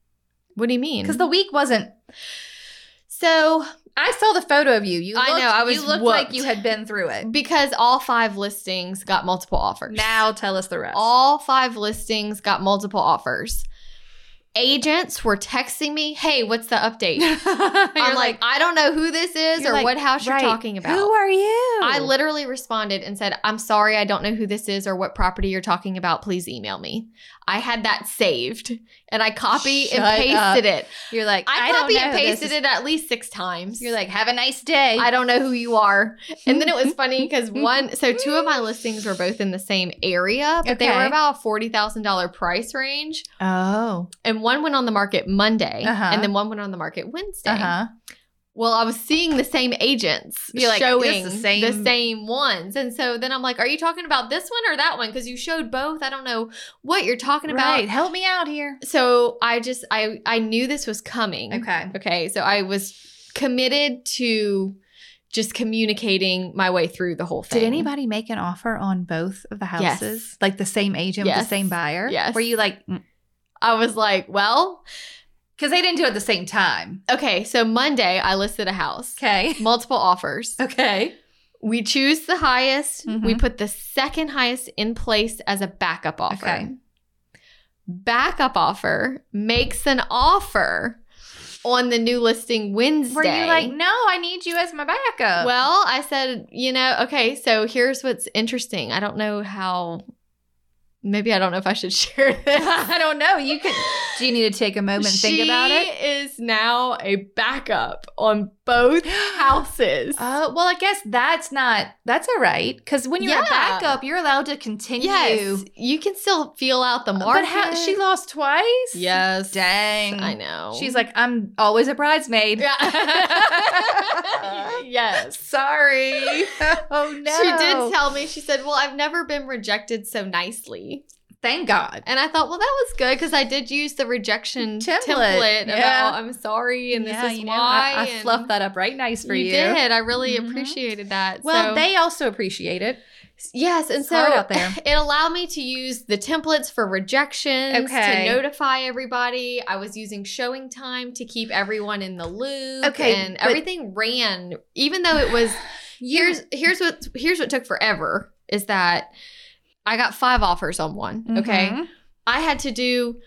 C: What do you mean?
D: Because the week wasn't.
C: so
D: I saw the photo of you. You.
C: I
D: Looked,
C: know, I was
D: You looked like
C: whooped.
D: you had been through it.
C: Because all five listings got multiple offers.
D: Now tell us the rest.
C: all five listings got multiple offers. Agents were texting me, "Hey, what's the update?"
D: You're
C: I'm like, "I don't know who this is
D: You're
C: or
D: like,
C: what house
D: right,
C: you're talking about."
D: Who are you?
C: I literally responded and said, "I'm sorry, I don't know who this is or what property you're talking about. Please email me." I had that saved and I copy
D: Shut
C: and pasted it.
D: You're like
C: I,
D: don't
C: copy
D: know
C: and
D: who this
C: pasted
D: is."
C: it at least six times.
D: You're like, have a nice day.
C: I don't know who you are. And then it was funny because one, so two of my listings were both in the same area, but they
D: Okay.
C: were about forty thousand dollar price range,
D: oh.
C: and one went on the market Monday,
D: Uh-huh.
C: and then one went on the market Wednesday.
D: Uh huh.
C: Well, I was seeing the same agents
D: You're like,
C: showing
D: this
C: the
D: is the
C: same.
D: same-
C: ones, and so then I'm like, "Are you talking about this one or that one?" Because you showed both. I don't know what you're talking about.
D: Right. Help me out here.
C: So I just I I knew this was coming.
D: Okay.
C: Okay, so I was committed to just communicating my way through the whole thing.
D: Did anybody make an offer on both of the
C: Yes.
D: houses? Like the same agent with
C: Yes.
D: the same buyer?
C: Yes.
D: Were you like, because
C: I was like, well,
D: they didn't do it at the same time.
C: okay, so Monday I listed a house,
D: Okay.
C: multiple offers.
D: Okay.
C: We choose the highest, we
D: Mhm.
C: put the second highest in place as a backup offer.
D: Okay.
C: Backup offer makes an offer on the new listing Wednesday.
D: Were you like, no, I need you as my backup?
C: Well, I said, you know, okay, so here's what's interesting. I don't know how, maybe I don't know if I should share this.
D: I don't know. You could. Do you need to take a moment and think about
C: She
D: it?
C: is now a backup on both houses.
D: Uh, well, I guess that's not, that's all right. Because when you're
C: Yeah.
D: a backup, you're allowed to continue.
C: yes, you can still feel out the market.
D: But how, she lost twice?
C: Yes,
D: Dang.
C: I know.
D: She's like, I'm always a bridesmaid.
C: yeah. yes.
D: Sorry. oh no.
C: She did tell me. She said, "Well, I've never been rejected so nicely."
D: Thank God.
C: And I thought, well, that was good because I did use the rejection
D: Template,
C: template,
D: yeah.
C: about oh, I'm sorry and
D: Yeah,
C: this is
D: you know,
C: why.
D: I, I
C: and
D: fluffed that up right nice for you.
C: you Mm-hmm. did. I really
D: Mhm.
C: appreciated that. So-
D: Well, they also appreciate it.
C: yes, and
D: It's
C: so
D: hard out there.
C: it allowed me to use the templates for rejections
D: Okay.
C: to notify everybody. I was using showing time to keep everyone in the loop.
D: Okay,
C: and
D: but-
C: everything ran, even though it was here's here's what here's what took forever is that I got five offers on one. Okay.
D: Mhm.
C: I had to do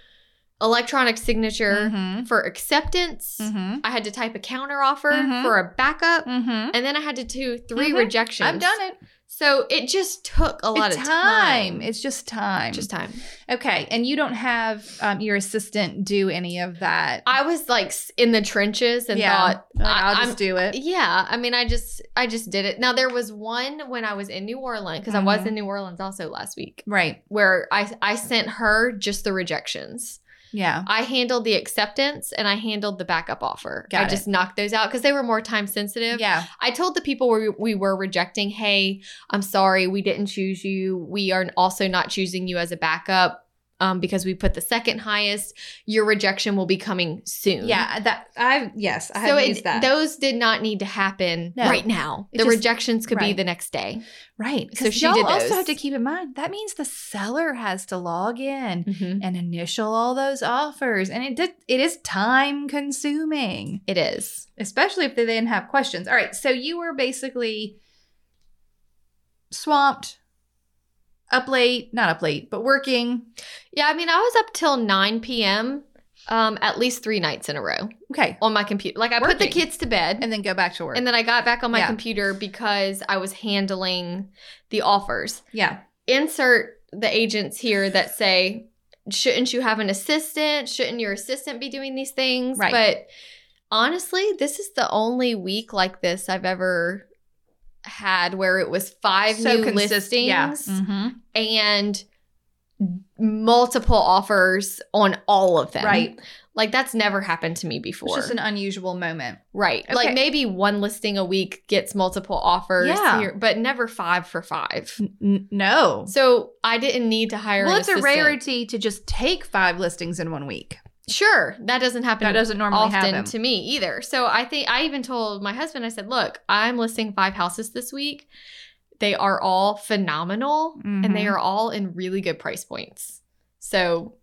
C: electronic signature
D: Mhm.
C: for acceptance.
D: Mhm.
C: I had to type a counter offer
D: Mhm.
C: for a backup.
D: Mhm.
C: And then I had to do 3
D: Mhm.
C: rejections.
D: I've done it.
C: So it just took a lot
D: it's
C: of
D: time.
C: time.
D: It's just time.
C: just time.
D: okay. And you don't have um, your assistant do any of that.
C: I was like s- in the trenches and
D: Yeah.
C: thought,
D: Like,
C: I-
D: I'll
C: I'm-
D: just do it.
C: yeah, I mean, I just, I just did it. Now there was one when I was in New Orleans because I was
D: Mhm.
C: in New Orleans also last week
D: Right.
C: where I, I sent her just the rejections.
D: Yeah.
C: I handled the acceptance and I handled the backup offer.
D: Got
C: I just knocked those out because they were more time sensitive.
D: Yeah.
C: I told the people we, we were rejecting, hey, I'm sorry, we didn't choose you. We are also not choosing you as a backup. um, because we put the second highest, your rejection will be coming soon.
D: Yeah, that I yes, I
C: so
D: have
C: it,
D: used that.
C: those did not need to happen
D: No.
C: right now.
D: It
C: the
D: just-
C: rejections could be
D: right.
C: the next day.
D: right.
C: so
D: So
C: she
D: y'all
C: did
D: also
C: those.
D: have to keep in mind that means the seller has to log in
C: Mhm.
D: and initial all those offers, and it did, it is time consuming,
C: It is.
D: especially if they then have questions. All right, so you were basically swamped, up late, not up late, but working.
C: Yeah, I mean, I was up till 9 p.m. Um, at least three nights in a row
D: Okay,
C: on my computer. Like I put the
D: Working.
C: kids to bed.
D: and then go back to work.
C: And then I got back on my
D: Yeah.
C: computer because I was handling the offers.
D: yeah,
C: Insert the agents here that say, shouldn't you have an assistant? Shouldn't your assistant be doing these things?
D: Right.
C: But honestly, this is the only week like this I've ever had where it was five new
D: consistent.
C: listings Mm-hmm.
D: Yeah. Mhm.
C: and multiple offers on all of them.
D: Right.
C: Like that's never happened to me before.
D: It's just an unusual moment.
C: Right. Like
D: Okay.
C: maybe one listing a week gets multiple offers
D: Yeah.
C: here, but never five for five.
D: N- no.
C: So I didn't need to hire.
D: Well,
C: an
D: it's a
C: assistant.
D: rarity to just take five listings in one week.
C: Sure, that doesn't happen.
D: That doesn't normally
C: often
D: happen.
C: to me either. So I think I even told my husband. I said, "Look, I'm listing five houses this week. They are all phenomenal, and they
D: Mhm.
C: are all in really good price points. So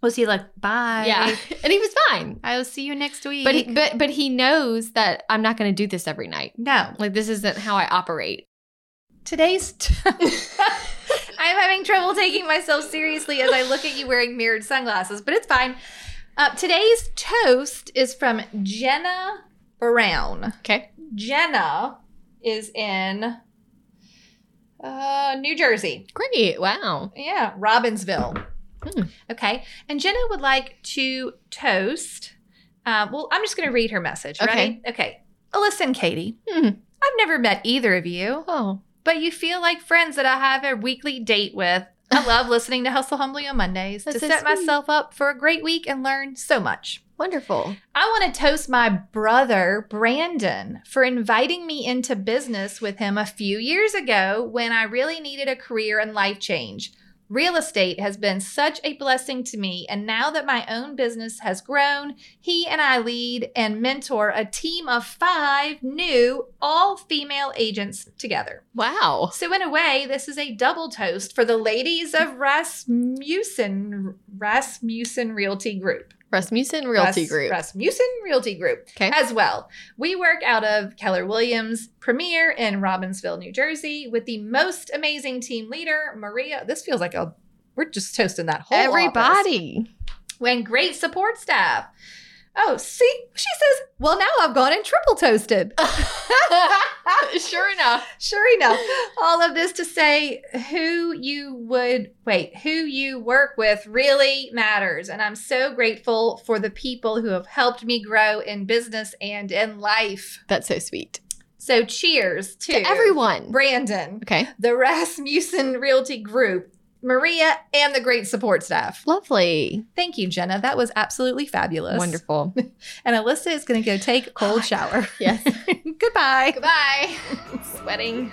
D: Was he like, bye?
C: yeah, and he was fine.
D: I will see you next week.
C: But he, but but he knows that I'm not going to do this every night.
D: no.
C: Like this isn't how I operate.
D: Today's. T- I'm having trouble taking myself seriously as I look at you wearing mirrored sunglasses, but it's fine. Uh, today's toast is from Jenna Brown.
C: Okay.
D: Jenna is in uh, New Jersey.
C: Great. Wow.
D: Yeah, Robbinsville.
C: Hmm.
D: Okay. And Jenna would like to toast. Uh, well, I'm just going to read her message.
C: Okay.
D: Ready? Okay. Listen, Katie,
C: Hmm.
D: I've never met either of you,
C: Oh.
D: but you feel like friends that I have a weekly date with. I love listening to Hustle Humbly on Mondays to
C: That's so
D: set
C: sweet.
D: myself up for a great week and learn so much.
C: Wonderful.
D: I want to toast my brother, Brandon, for inviting me into business with him a few years ago when I really needed a career and life change. Real estate has been such a blessing to me, and now that my own business has grown, he and I lead and mentor a team of five new all female agents together.
C: Wow.
D: So, in a way, this is a double toast for the ladies of Rasmussen, Rasmussen Realty Group.
C: Rasmussen Realty
D: Ras-
C: Group.
D: Rasmussen Realty Group.
C: Okay.
D: As well. We work out of Keller Williams Premier in Robbinsville, New Jersey, with the most amazing team leader, Maria. This feels like a we're just toasting that whole office.
C: Everybody.
D: and great support staff. Oh, see, she says, well, now I've gone and triple toasted.
C: sure enough.
D: Sure enough, all of this to say who you would wait, who you work with really matters. And I'm so grateful for the people who have helped me grow in business and in life.
C: That's so sweet.
D: So cheers to,
C: To everyone.
D: Brandon,
C: Okay.
D: the Rasmussen Realty Group, Maria, and the great support staff.
C: Lovely.
D: Thank you, Jenna. That was absolutely fabulous.
C: Wonderful.
D: And Alyssa is going to go take a cold shower.
C: Oh, Yes.
D: Goodbye.
C: Goodbye. Sweating.